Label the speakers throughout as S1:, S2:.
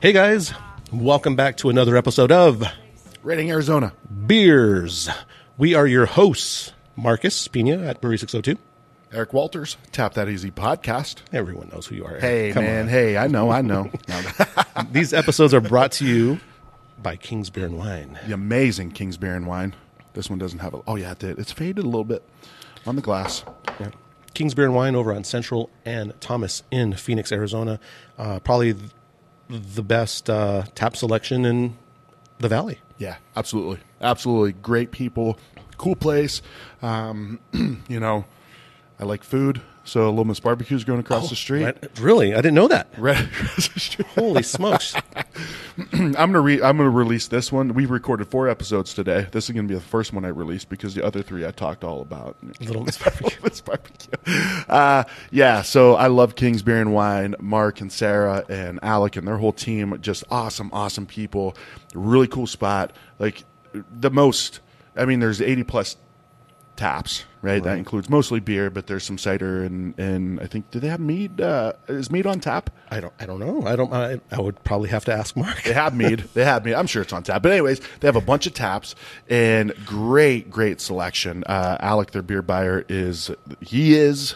S1: Hey guys, welcome back to another episode of
S2: Reading, Arizona.
S1: Beers. We are your hosts, Marcus Pina at Brewery 602.
S2: Eric Walters, Tap That Easy Podcast.
S1: Everyone knows who you are.
S2: Hey, man. Hey, I know, I know. Now,
S1: On. These episodes are brought to you by King's Beer and Wine.
S2: the amazing King's Beer and Wine. This one doesn't have a. Oh, yeah, it did. It's faded a little bit on the glass.
S1: Yeah. King's Beer and Wine over on Central and Thomas in Phoenix, Arizona. Uh, probably th- the best uh, tap selection in the Valley.
S2: Yeah, absolutely. Absolutely. Great people, cool place. Um, you know, I like food. So, Little Miss Barbecue's going
S1: Oh,
S2: across the street.
S1: Right? Really? I didn't know that.
S2: Right across the street.
S1: Holy smokes.
S2: I'm gonna re- I'm gonna release this one. We recorded four episodes today. This is gonna be the first one I release because the other three I talked all about.
S1: Little Miss Barbecue.
S2: It's barbecue. Uh, yeah, so I love King's Beer and Wine. Mark and Sarah and Alec and their whole team, just awesome, awesome people. Really cool spot. Like the most. I mean, there's 80 plus taps, right? That includes mostly beer, but there's some cider and and I think do they have mead? Uh, is mead on tap?
S1: I don't. I don't know. I don't. I, I would probably have to ask Mark.
S2: They have mead. They have mead. I'm sure it's on tap. But anyways, they have a bunch of taps and great, great selection. Uh, Alec, their beer buyer, is he is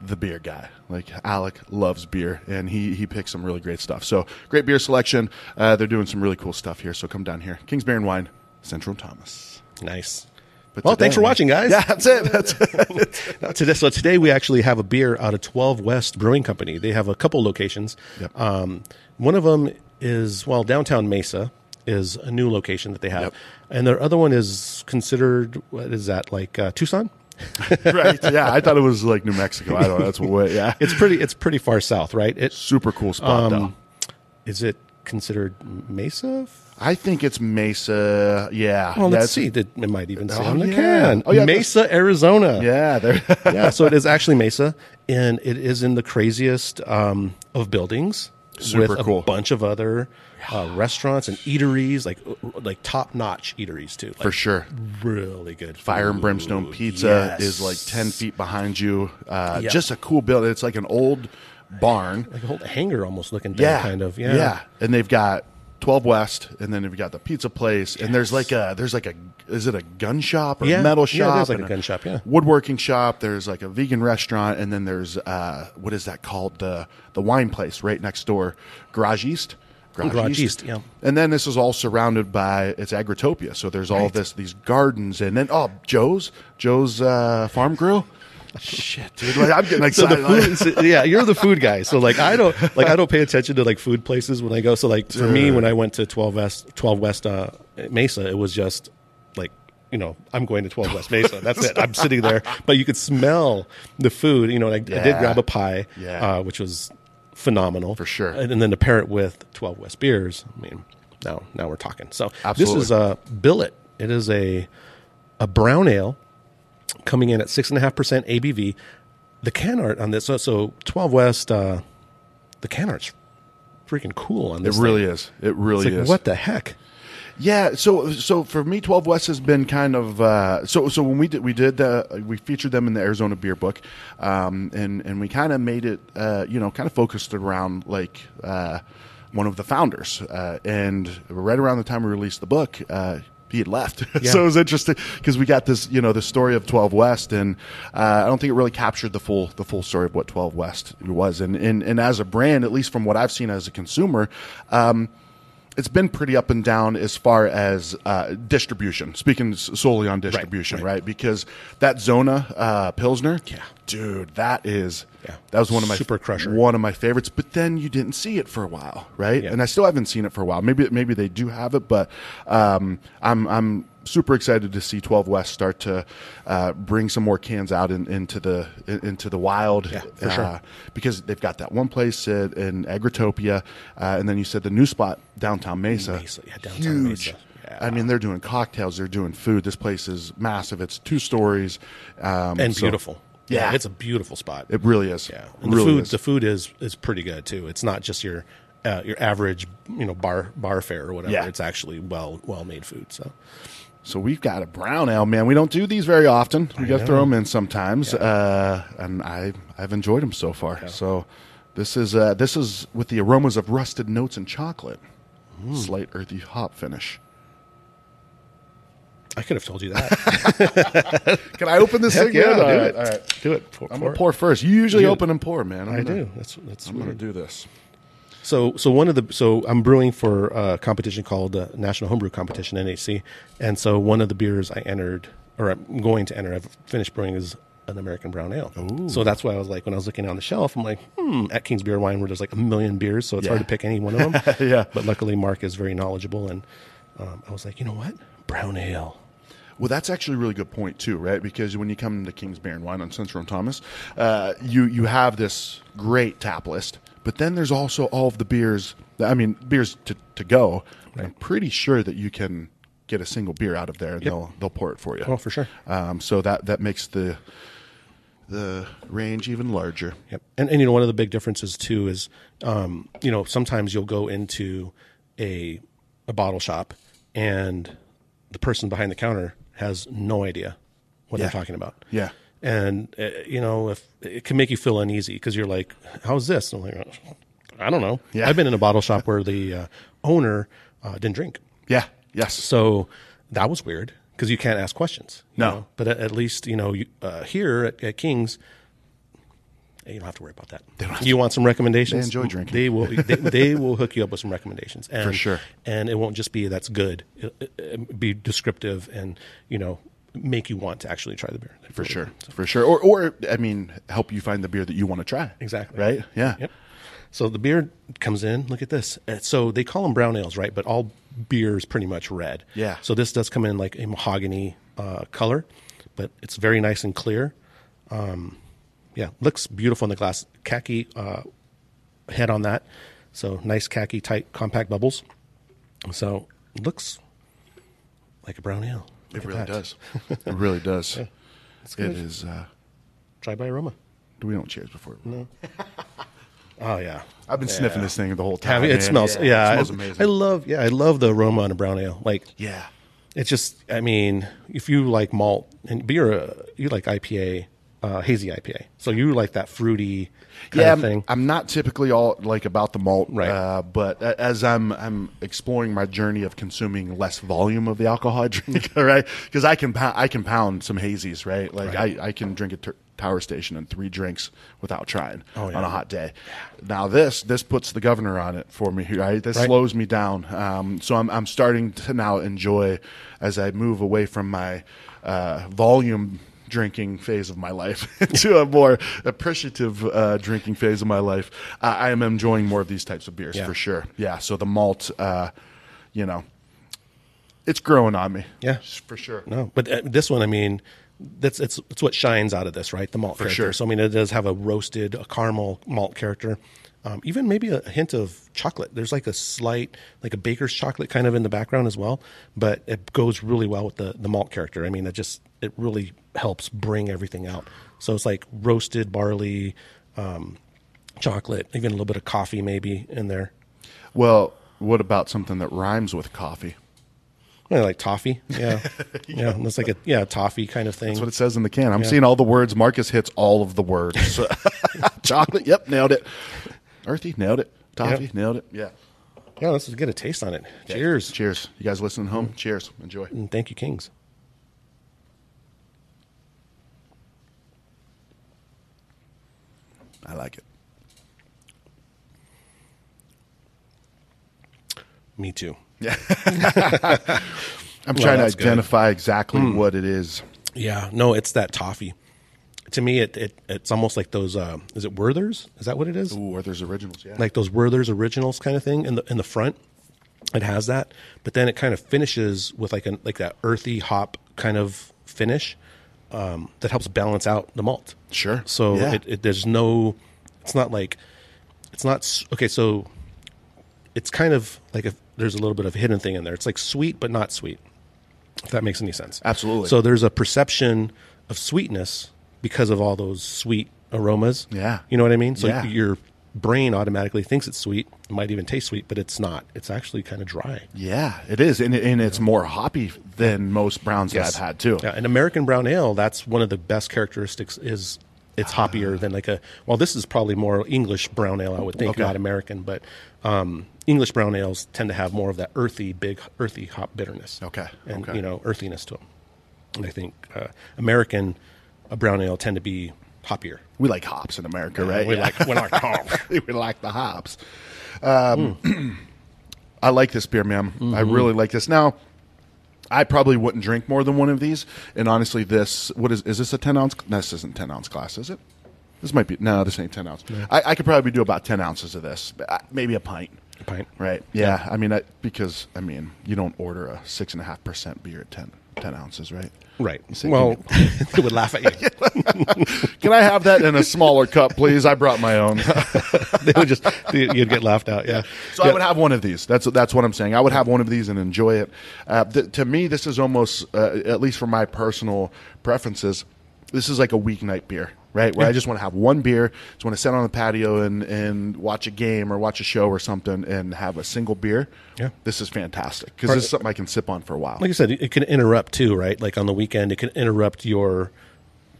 S2: the beer guy. Like Alec loves beer, and he he picks some really great stuff. So great beer selection. Uh, they're doing some really cool stuff here. So come down here, Kings Beer and Wine, Central Thomas.
S1: Nice.
S2: But
S1: well,
S2: today-
S1: thanks for watching, guys.
S2: Yeah, that's it. That's it.
S1: Now, today, so today we actually have a beer out of 12 West Brewing Company. They have a couple locations.
S2: Yep.
S1: Um, one of them is, well, downtown Mesa is a new location that they have.
S2: Yep.
S1: And their other one is considered, what is that, like uh, Tucson?
S2: right. Yeah, I thought it was like New Mexico. I don't know. That's what. Yeah,
S1: It's Um, pretty, it's pretty far south, right? It,
S2: super cool spot though.
S1: is it considered Mesa?
S2: I think it's Mesa. Yeah.
S1: Well,
S2: yeah,
S1: let's
S2: it's-
S1: see. Did- It might even say
S2: Oh,
S1: on the
S2: yeah.
S1: can.
S2: Oh, yeah,
S1: Mesa, Arizona.
S2: Yeah, there.
S1: yeah, so it is actually Mesa, and it is in the craziest um, of buildings
S2: Super
S1: with a
S2: cool.
S1: bunch of other uh, restaurants and eateries, like like top notch eateries too. Like,
S2: for sure.
S1: really good.
S2: Fire and brimstone pizza
S1: yes.
S2: is like ten feet behind you. Uh,
S1: Yeah.
S2: Just a cool building. It's like an old barn.
S1: like a whole hangar almost looking thing,
S2: yeah,
S1: kind of. Yeah,
S2: And they've got Twelve West, and then they've got the pizza place, and there's like a there's like a is it a gun shop or
S1: Yeah.
S2: a metal
S1: Yeah,
S2: shop?
S1: there's like
S2: and
S1: a gun shop, yeah.
S2: woodworking shop. There's like a vegan restaurant, and then there's uh, what is that called the the wine place right next door, Garage East.
S1: Garage East, yeah.
S2: And then this is all surrounded by it's Agritopia, so there's all this these gardens, and then oh Joe's Joe's uh, Farm Grill. Shit, dude! Like, I'm getting
S1: So
S2: excited.
S1: the food, so- yeah, you're the food guy. So like, I don't like I don't pay attention to like food places when I go. So like for me, when I went to Twelve West, Twelve West uh, Mesa, it was just like you know I'm going to Twelve West Mesa. That's it. I'm sitting there, but you could smell the food. You know, and I, I did
S2: Yeah.
S1: grab a pie,
S2: Yeah.
S1: uh, which was phenomenal for
S2: sure.
S1: And, and then to pair it with Twelve West beers, I mean, now now we're talking. So
S2: Absolutely.
S1: this is a billet. It is a a brown ale coming in at six and a half percent ABV. The can art on this, so, so twelve West, uh, the can art's freaking cool on this.
S2: it really is. It really
S1: thing. It's like,
S2: is.
S1: what the heck?
S2: Yeah, so so for me, Twelve West has been kind of uh, so so when we did we did uh, we featured them in the Arizona Beer Book, um, and and we kind of made it uh, you know kind of focused around like uh, one of the founders, uh, and right around the time we released the book. Uh, he had left,
S1: Yeah.
S2: so it was interesting because we got this, you know, the story of Twelve West, and uh, I don't think it really captured the full the full story of what Twelve West was, and and and as a brand, at least from what I've seen as a consumer, um, it's been pretty up and down as far as uh, distribution. Speaking s- solely on distribution,
S1: right.
S2: right? Because that Zona uh, Pilsner,
S1: Yeah.
S2: dude, that is
S1: Yeah.
S2: that was one of my
S1: Super crusher.
S2: one of my favorites. But then you didn't see it for a while, right?
S1: Yeah.
S2: And I still haven't seen it for a while. Maybe maybe they do have it, but um, I'm I'm super excited to see 12 West start to uh, bring some more cans out in, into the in- into the wild
S1: Yeah, for sure.
S2: uh, because they've got that one place in, in Agritopia, uh, and then you said the new spot downtown Mesa.
S1: Mesa, yeah, downtown
S2: Huge.
S1: Mesa. Yeah.
S2: I mean, they're doing cocktails, they're doing food. This place is massive. It's two stories, um,
S1: And
S2: so-
S1: beautiful.
S2: Yeah.
S1: it's a beautiful spot.
S2: It really is.
S1: yeah,
S2: It
S1: and the
S2: really
S1: food
S2: is.
S1: the food is is pretty good too. It's not just your uh, your average you know bar bar fare or whatever.
S2: Yeah.
S1: It's actually well well made food. So
S2: So we've got a brown ale, man. We don't do these very often. We got to throw them in sometimes, uh, and I I've enjoyed them so far. So This is uh, this is with the aromas of rusted notes and chocolate,
S1: Hmm.
S2: slight earthy hop finish.
S1: I could have told you that.
S2: Can I open this
S1: Heck
S2: thing?
S1: yeah,
S2: man?
S1: do
S2: All right,
S1: it.
S2: all right.
S1: Do it. Pour-
S2: I'm
S1: pour
S2: gonna
S1: it.
S2: pour first. You usually
S1: You-
S2: open and pour, man. I'm
S1: I
S2: gonna-
S1: do. That's that's
S2: I'm gonna do this.
S1: So, so one of the so I'm brewing for a competition called uh, National Homebrew Competition (NHC), and so one of the beers I entered or I'm going to enter, I've finished brewing is an American Brown Ale. So that's why I was like, when I was looking on the shelf, I'm like, hmm, at King's Beer Wine, where there's like a million beers, so it's hard
S2: Yeah.
S1: to pick any one of them.
S2: Yeah.
S1: But luckily, Mark is very knowledgeable, and um, I was like, you know what, Brown Ale.
S2: Well, that's actually a really good point too, right? Because when you come to King's Bear and Wine on Central and Thomas, uh, you you have this great tap list, but then there's also all of the beers. I mean, beers to to go. And I'm pretty sure that you can get a single beer out of there, and they'll they'll pour it for you.
S1: Oh, for sure.
S2: Um, so that that makes the the range even larger.
S1: Yep. And, and you know, one of the big differences too is, um, you know, sometimes you'll go into a a bottle shop and the person behind the counter has no idea what
S2: Yeah.
S1: they're talking about.
S2: Yeah.
S1: And uh, you know, if it can make you feel uneasy because you're like, "How's this?" And I'm like, "I don't know."
S2: Yeah.
S1: I've been in a bottle shop where the uh, owner uh, didn't drink.
S2: Yeah. Yes.
S1: So that was weird because you can't ask questions. you
S2: No.
S1: know? But at, at least, you know, you, uh, here at, at King's, you don't have to worry about that. you want some recommendations?
S2: They enjoy drinking.
S1: They will. They, they will hook you up with some recommendations, and,
S2: sure.
S1: And it won't just be that's good. It, it, it be descriptive, and you know, make you want to actually try the beer
S2: For sure. For sure. Or or I mean, help you find the beer that you want to try.
S1: Exactly.
S2: Right. Yeah.
S1: Yep. So the beer comes in. Look at this. Uh, So they call them brown ales, right? But all beer is pretty much red.
S2: Yeah.
S1: So this does come in like a mahogany uh, color, but it's very nice and clear. Um, yeah, looks beautiful in the glass. Khaki uh, head on that. So nice khaki, tight, compact bubbles. So looks like a brown ale. Look at
S2: It really
S1: that.
S2: does. it really does.
S1: good.
S2: It is. Uh,
S1: Try by aroma.
S2: we don't cheers before.
S1: Oh yeah.
S2: I've been sniffing this thing the whole time.
S1: Have you- it
S2: man.
S1: smells. Yeah,
S2: it smells
S1: I-
S2: amazing.
S1: I love. Yeah, I love the aroma on a brown ale. Like
S2: yeah,
S1: It's just, I mean, if you like malt and beer, uh, you like IPA, uh, hazy IPA. So you like that fruity kind
S2: yeah. um,
S1: of
S2: I'm,
S1: thing.
S2: I'm not typically all like about the malt,
S1: Right.
S2: Uh, but a- as I'm I'm exploring my journey of consuming less volume of the alcohol I drink, right? Because I can pou- I can pound some hazies, right? Like I, I can drink a tur- Tower Station and three drinks without trying
S1: Oh, yeah.
S2: on a hot day. Now this this puts the governor on it for me. Right? This
S1: Right.
S2: slows me down. Um, so I'm I'm starting to now enjoy as I move away from my uh, volume drinking phase of my life to a more appreciative uh, drinking phase of my life. I, I am enjoying more of these types of beers
S1: Yeah.
S2: for sure. Yeah. So the malt, uh, you know, it's growing on me.
S1: Yeah.
S2: for sure.
S1: no, but uh, this one, I mean, that's it's it's what shines out of this, right? The malt character.
S2: sure.
S1: So I mean, it does have a roasted, a caramel malt character, um, even maybe a hint of chocolate. There's like a slight, like a baker's chocolate kind of in the background as well, but it goes really well with the the malt character. I mean, it just it really helps bring everything out. So it's like roasted barley, um, chocolate, even a little bit of coffee maybe in there,
S2: Well, what about something that rhymes with coffee?
S1: Yeah, like toffee. Yeah, yeah, and that's like a yeah toffee kind of thing.
S2: That's what it says in the can. I'm seeing all the words. Marcus hits all of the words. Chocolate, yep, nailed it. Earthy, nailed it. Toffee,
S1: Yep.
S2: nailed it. Yeah.
S1: yeah, let's get a taste on it. Cheers.
S2: Cheers. You guys listening home? Cheers. Enjoy.
S1: And thank you, Kings.
S2: I like it.
S1: Me too.
S2: I'm
S1: Well,
S2: trying to
S1: that's good. Hmm.
S2: identify exactly what it is.
S1: Yeah, no, it's that toffee. To me, it, it it's almost like those. Uh, is it Werthers? Is that what it is?
S2: Ooh, Arthur's originals, yeah.
S1: Like those Werthers originals kind of thing in the in the front. It has that, but then it kind of finishes with like an like that earthy hop kind of finish um, that helps balance out the malt.
S2: Sure.
S1: So
S2: Yeah.
S1: it, it, there's no. It's not like it's not s- okay. So it's kind of like if there's a little bit of hidden thing in there. It's like sweet but not sweet. If that makes any sense.
S2: Absolutely.
S1: So there's a perception of sweetness because of all those sweet aromas.
S2: Yeah.
S1: You know what I mean? So
S2: Yeah.
S1: your brain automatically thinks it's sweet. It might even taste sweet, but it's not. It's actually kind of dry.
S2: yeah, it is. And, and it's more hoppy than most browns
S1: Yes.
S2: that I've had, too.
S1: Yeah, an American brown ale, that's one of the best characteristics is it's hoppier than like a well this is probably more english brown ale i would think
S2: Okay.
S1: not american but um, english brown ales tend to have more of that earthy big earthy hop bitterness
S2: Okay,
S1: and
S2: okay.
S1: you know earthiness to them and i think uh, american uh, brown ale tend to be hoppier
S2: We like hops in America, right?
S1: we
S2: Yeah.
S1: like when our hop
S2: we like the hops. Um, I like this beer, ma'am. I
S1: Mm-hmm.
S2: really like this. Now, I probably wouldn't drink more than one of these. And honestly, this what is is this a ten ounce? No, this isn't ten ounce glass, is it? This might be no, this ain't ten ounce. I, I could probably do about ten ounces of this, Uh, maybe a pint.
S1: A pint.
S2: right? Yeah, I mean, I, because I mean, you don't order a six and a half percent beer at 10, 10 ounces, right?
S1: right
S2: So you
S1: well they would laugh at you
S2: Can I have that in a smaller cup, please? I brought my own.
S1: they would just you'd get laughed out yeah
S2: So
S1: Yeah.
S2: I would have one of these. That's that's what I'm saying. I would have one of these and enjoy it. Uh, th- to me, this is almost, uh, at least for my personal preferences, this is like a weeknight beer, right?
S1: Mm.
S2: Where I just want to have one beer, just want to sit on the patio and and watch a game or watch a show or something, and have a single beer.
S1: Yeah.
S2: this is fantastic because this is something I can sip on for a while.
S1: like I said, it can interrupt too, right? Like on the weekend, it can interrupt your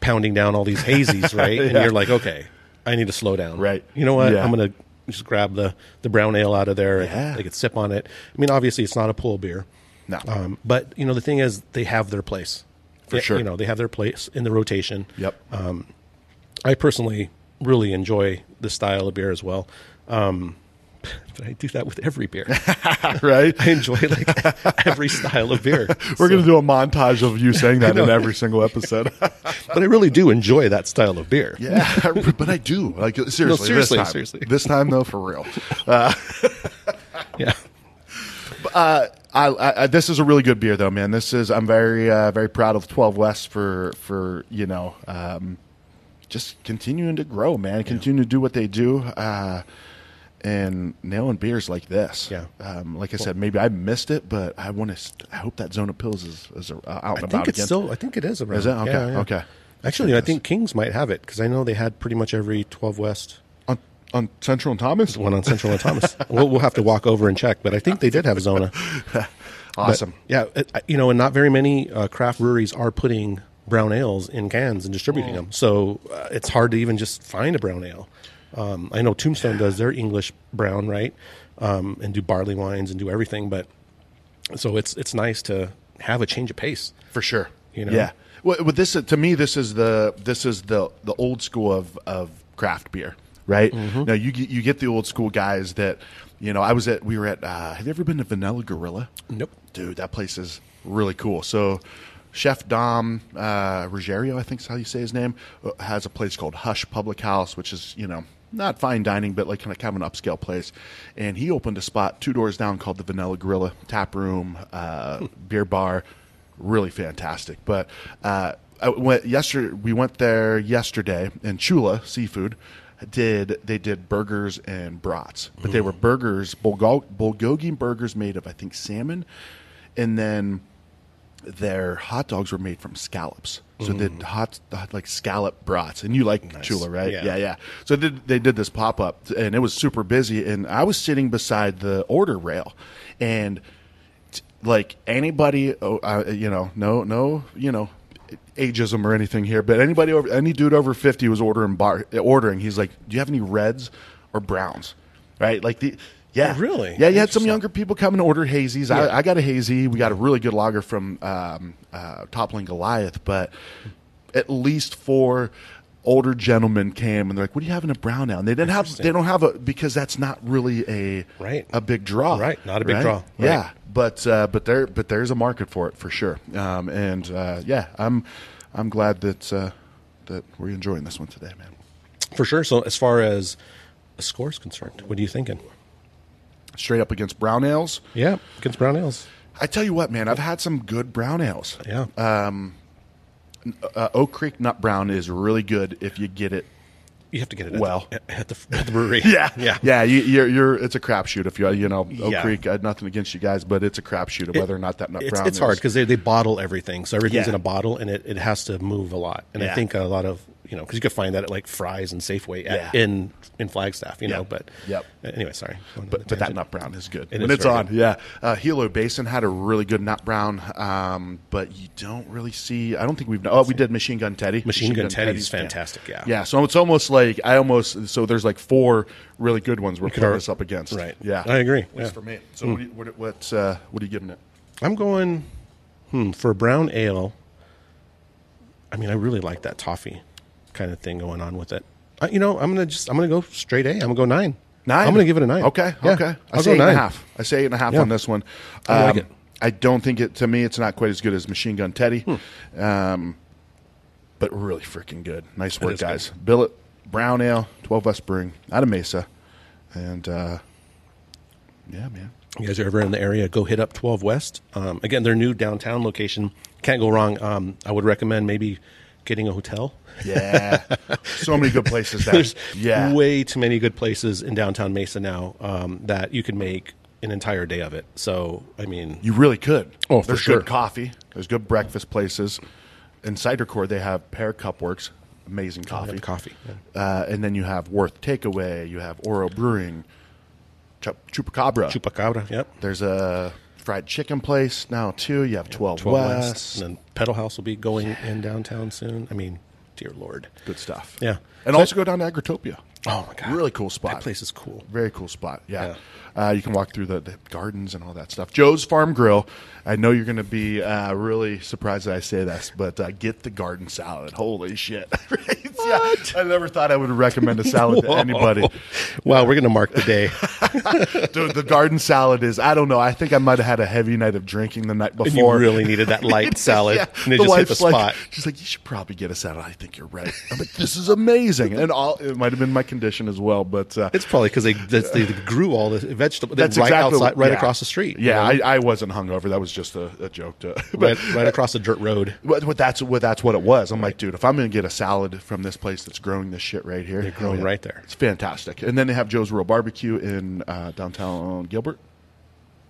S1: pounding down all these hazies, right? And you're like, okay, I need to slow down,
S2: Right.
S1: You know what?
S2: Yeah.
S1: I'm gonna just grab the the brown ale out of there. And
S2: Yeah.
S1: They could sip on it. I mean, obviously, it's not a pull beer,
S2: No.
S1: Um, but you know, the thing is, they have their place
S2: For
S1: They-
S2: sure.
S1: You know, they have their place in the rotation.
S2: yep.
S1: uh, I personally really enjoy this style of beer as well. Um, but I do that with every beer.
S2: right.
S1: I enjoy like every style of beer.
S2: We're going to do a montage of you saying that
S1: know.
S2: in every single episode.
S1: but I really do enjoy that style of beer.
S2: yeah, but I do. Like seriously,
S1: seriously,
S2: this time,
S1: seriously.
S2: This time though, for real.
S1: Yeah.
S2: Uh, I, I, I- this is a really good beer though, man. This is I'm very uh, very proud of Twelve West for for you know um, just continuing to grow, man. Continue to do what they do. Uh, and nailing beers like this,
S1: Yeah.
S2: Um, like I said, maybe I missed it, but I want to. I hope that Zone of Pills is, is uh,
S1: I
S2: out and about
S1: think it's
S2: again.
S1: still. I think it is around.
S2: Is it? Okay,
S1: Yeah, yeah.
S2: okay.
S1: Actually, I think Kings might have it because I know they had pretty much every 12 West
S2: on, on Central and Thomas.
S1: one on Central and Thomas. we'll, we'll have to walk over and check, but I think they did have Zona. But,
S2: Awesome.
S1: yeah, it- I- you know, and not very many uh, craft breweries are putting brown ales in cans and distributing them, so uh, it's hard to even just find a brown ale. Um, I know Tombstone does their English brown, right, um, and do barley wines and do everything, but so it's it's nice to have a change of pace.
S2: for sure.
S1: You know?
S2: yeah. Well, but this to me, this is the this is the the old school of of craft beer, right?
S1: Mm-hmm.
S2: Now you get you get the old school guys that you know. I was at we were at. Uh, have you ever been to Vanilla Gorilla?
S1: Nope.
S2: Dude, that place is really cool. So, Chef Dom uh, Ruggiero, I think is how you say his name, uh, has a place called Hush Public House, which is, you know, not fine dining, but like kind of, kind of an upscale place. And he opened a spot two doors down called the Vanilla Gorilla Tap Room,
S1: Hmm.
S2: uh, Beer Bar. Really fantastic. But uh, I went yesterday, we went there yesterday, and Chula Seafood did they did burgers and brats, but they were burgers bulgog- bulgogi burgers made of I think salmon, and then their hot dogs were made from scallops. So they did hot like scallop brats, and you like chula, right?
S1: Yeah.
S2: yeah, yeah. So they did, they did this pop up, and it was super busy. And I was sitting beside the order rail, and t- like anybody, oh, uh, you know, no, no, you know, ageism or anything here, but anybody over, any dude over fifty was ordering bar ordering. He's like, "Do you have any reds or browns?" Right? Like the yeah,
S1: Oh, really?
S2: yeah. You had some
S1: Interesting.
S2: younger people come and order hazies. I, I got a hazy. We got a really good lager from um, uh, Toppling Goliath, but at least four older gentlemen came and they're like, "What do you have in a brown now?" And they didn't have. They don't have a because that's not really a
S1: Right.
S2: a big draw.
S1: Right. Not a big draw. Right.
S2: Yeah, but uh, but there but there's a market for it for sure. Um, and uh, yeah, I'm I'm glad that uh, that we're enjoying this one today, man.
S1: For sure. So as far as a score is concerned, what are you thinking?
S2: Straight up against brown ales.
S1: Yeah, against brown ales.
S2: I tell you what, man, I've had some good brown ales.
S1: Yeah.
S2: Uh, Oak Creek Nut Brown is really good if you get it.
S1: you have to get it at,
S2: well.
S1: at, at the, at the brewery. Yeah.
S2: yeah. You, you're, you're, it's a crapshoot if you, you know, Oak
S1: Yeah.
S2: Creek. I had nothing against you guys, but it's a crapshoot of whether or not that nut
S1: It's,
S2: brown.
S1: it's
S2: is.
S1: hard because they, they bottle everything. So everything's
S2: Yeah.
S1: in a bottle and it, it has to move a lot. And
S2: Yeah.
S1: I think a lot of, you know, because you could find that at like Fry's and Safeway at,
S2: Yeah.
S1: in in Flagstaff, you know.
S2: Yep.
S1: But
S2: Yep.
S1: anyway, sorry. Going on a
S2: But, but that
S1: tangent.
S2: nut brown is good
S1: It
S2: when
S1: is
S2: it's
S1: very
S2: on. Yeah, uh, Hilo Basin had a really good nut brown, um, but you don't really see. I don't think we've. Oh, we did Machine Gun Teddy.
S1: Machine Gun Teddy's
S2: yeah.
S1: fantastic, yeah.
S2: yeah. So it's almost like I almost. So there's like four really good ones we're putting
S1: ar-
S2: this up against.
S1: right.
S2: Yeah, Hmm.
S1: I agree,
S2: At least
S1: yeah.
S2: for me. So what, do you, what, what, uh, what are you giving it?
S1: I'm going hmm, for brown ale. I mean, I really like that toffee kind of thing going on with it. I, you know, I'm gonna just I'm gonna go straight A. I'm gonna go nine.
S2: Nine.
S1: I'm gonna give it a nine.
S2: Okay.
S1: Yeah,
S2: Okay. I
S1: I'll
S2: say
S1: go
S2: eight and a
S1: nine.
S2: half. I say eight and a half
S1: Yeah.
S2: on this one.
S1: I like
S2: Um,
S1: it.
S2: I don't think it. To me, it's not quite as good as Machine Gun Teddy,
S1: Hmm.
S2: um, but really freaking good. Nice work,
S1: is good.
S2: guys. Billet Brown Ale, Twelve West Brewing, out of Mesa, and uh, yeah, man.
S1: You guys are ever in the area? Go hit up 12 West. Um, again, their new downtown location. Can't go wrong. Um, I would recommend maybe getting a hotel.
S2: Yeah, so many good places. That
S1: There's
S2: yeah,
S1: way too many good places in downtown Mesa now um, that you could make an entire day of it. So, I mean,
S2: you really could.
S1: Oh, for
S2: there's
S1: sure.
S2: good coffee. There's good breakfast places. In Cider Core, they have Pear Cupworks, amazing coffee.
S1: coffee. Oh, Yeah.
S2: Uh, and then you have Worth Takeaway. You have Oro Brewing, Chup- Chupacabra.
S1: Chupacabra, yep.
S2: There's a fried chicken place now too. You have Twelve,
S1: 12
S2: West.
S1: West. And then Pedal House will be going in downtown soon. I mean, dear Lord.
S2: Good stuff.
S1: Yeah.
S2: and also go down to Agritopia.
S1: Oh, my God.
S2: really cool spot.
S1: That place is cool.
S2: Very cool spot. Yeah. Uh, you can walk through the, the gardens and all that stuff. Joe's Farm Grill. I know you're going to be uh, really surprised that I say this, but uh, get the garden salad. Holy shit. Right? Yeah. I never thought I would recommend a salad to anybody.
S1: Wow, we're going to mark the day.
S2: Dude, the garden salad is, I don't know. I think I might have had a heavy night of drinking the night
S1: you
S2: before.
S1: really needed that light salad,
S2: Yeah.
S1: and it just hit the
S2: wife's
S1: spot.
S2: like- she's like, "You should probably get a salad." I think you're right. I'm like, "This is amazing," and all it might have been my condition as well, but uh,
S1: It's probably because they that's, they grew all the vegetables right
S2: that's exactly
S1: outside, right
S2: yeah.
S1: across the street. you
S2: Yeah,
S1: know?
S2: I, I wasn't hungover. That was just a, a joke. To, but
S1: right, right across the dirt road.
S2: but, but that's what that's what it was. I'm like, dude, if I'm gonna get a salad from this place that's growing this shit right here, they're
S1: growing right there.
S2: It's fantastic. And then they have Joe's Real Barbecue in uh, downtown Gilbert.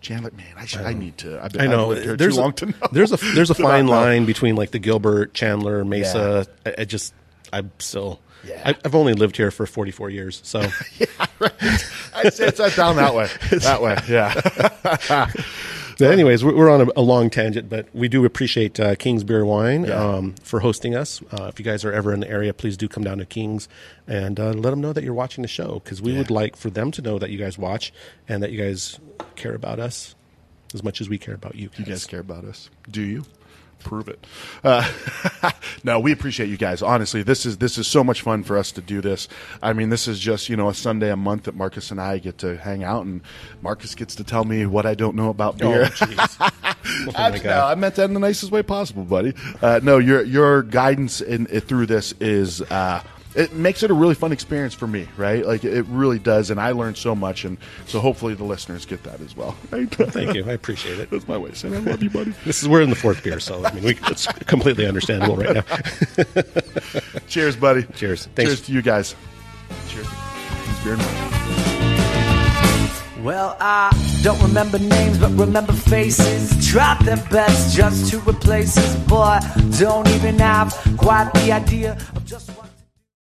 S2: Chandler, man, I, should, I need to. I've been,
S1: Oh. I know
S2: I've lived here
S1: there's
S2: too
S1: a,
S2: long to know.
S1: there's a there's a
S2: To not
S1: fine
S2: know.
S1: line between like the Gilbert, Chandler, Mesa. I, I just I'm still.
S2: Yeah.
S1: I, I've only lived here for 44 years, so
S2: I'd say it's not down that way. That way, yeah.
S1: But anyways, we're, we're on a, a long tangent, but we do appreciate uh, King's Beer Wine
S2: Yeah.
S1: um, for hosting us. Uh, if you guys are ever in the area, please do come down to King's and uh, let them know that you're watching the show because we would like for them to know that you guys watch and that you guys care about us as much as we care about you.
S2: You guys care about us? Do you? Prove it. Uh, no, we appreciate you guys. Honestly, this is this is so much fun for us to do this. I mean, this is just you know a Sunday a month that Marcus and I get to hang out, and Marcus gets to tell me what I don't know about
S1: Oh,
S2: beer.
S1: jeez. oh
S2: I,
S1: my
S2: no,
S1: God.
S2: I meant that in the nicest way possible, buddy. Uh, no, your your guidance in, it, through this is uh, it makes it a really fun experience for me, right? Like it really does, and I learned so much, and so hopefully the listeners get that as well. Right?
S1: Thank you. I appreciate it.
S2: That's my way of saying I love you, buddy.
S1: This is we're in the fourth beer, so I mean, we, it's completely understandable right now.
S2: Cheers, buddy.
S1: Cheers. Thanks.
S2: Cheers to you guys. Cheers. It's beer night.
S3: Well, I don't remember names, but remember faces. Tried their best just to replace us, boy. Don't even have quite the idea. of-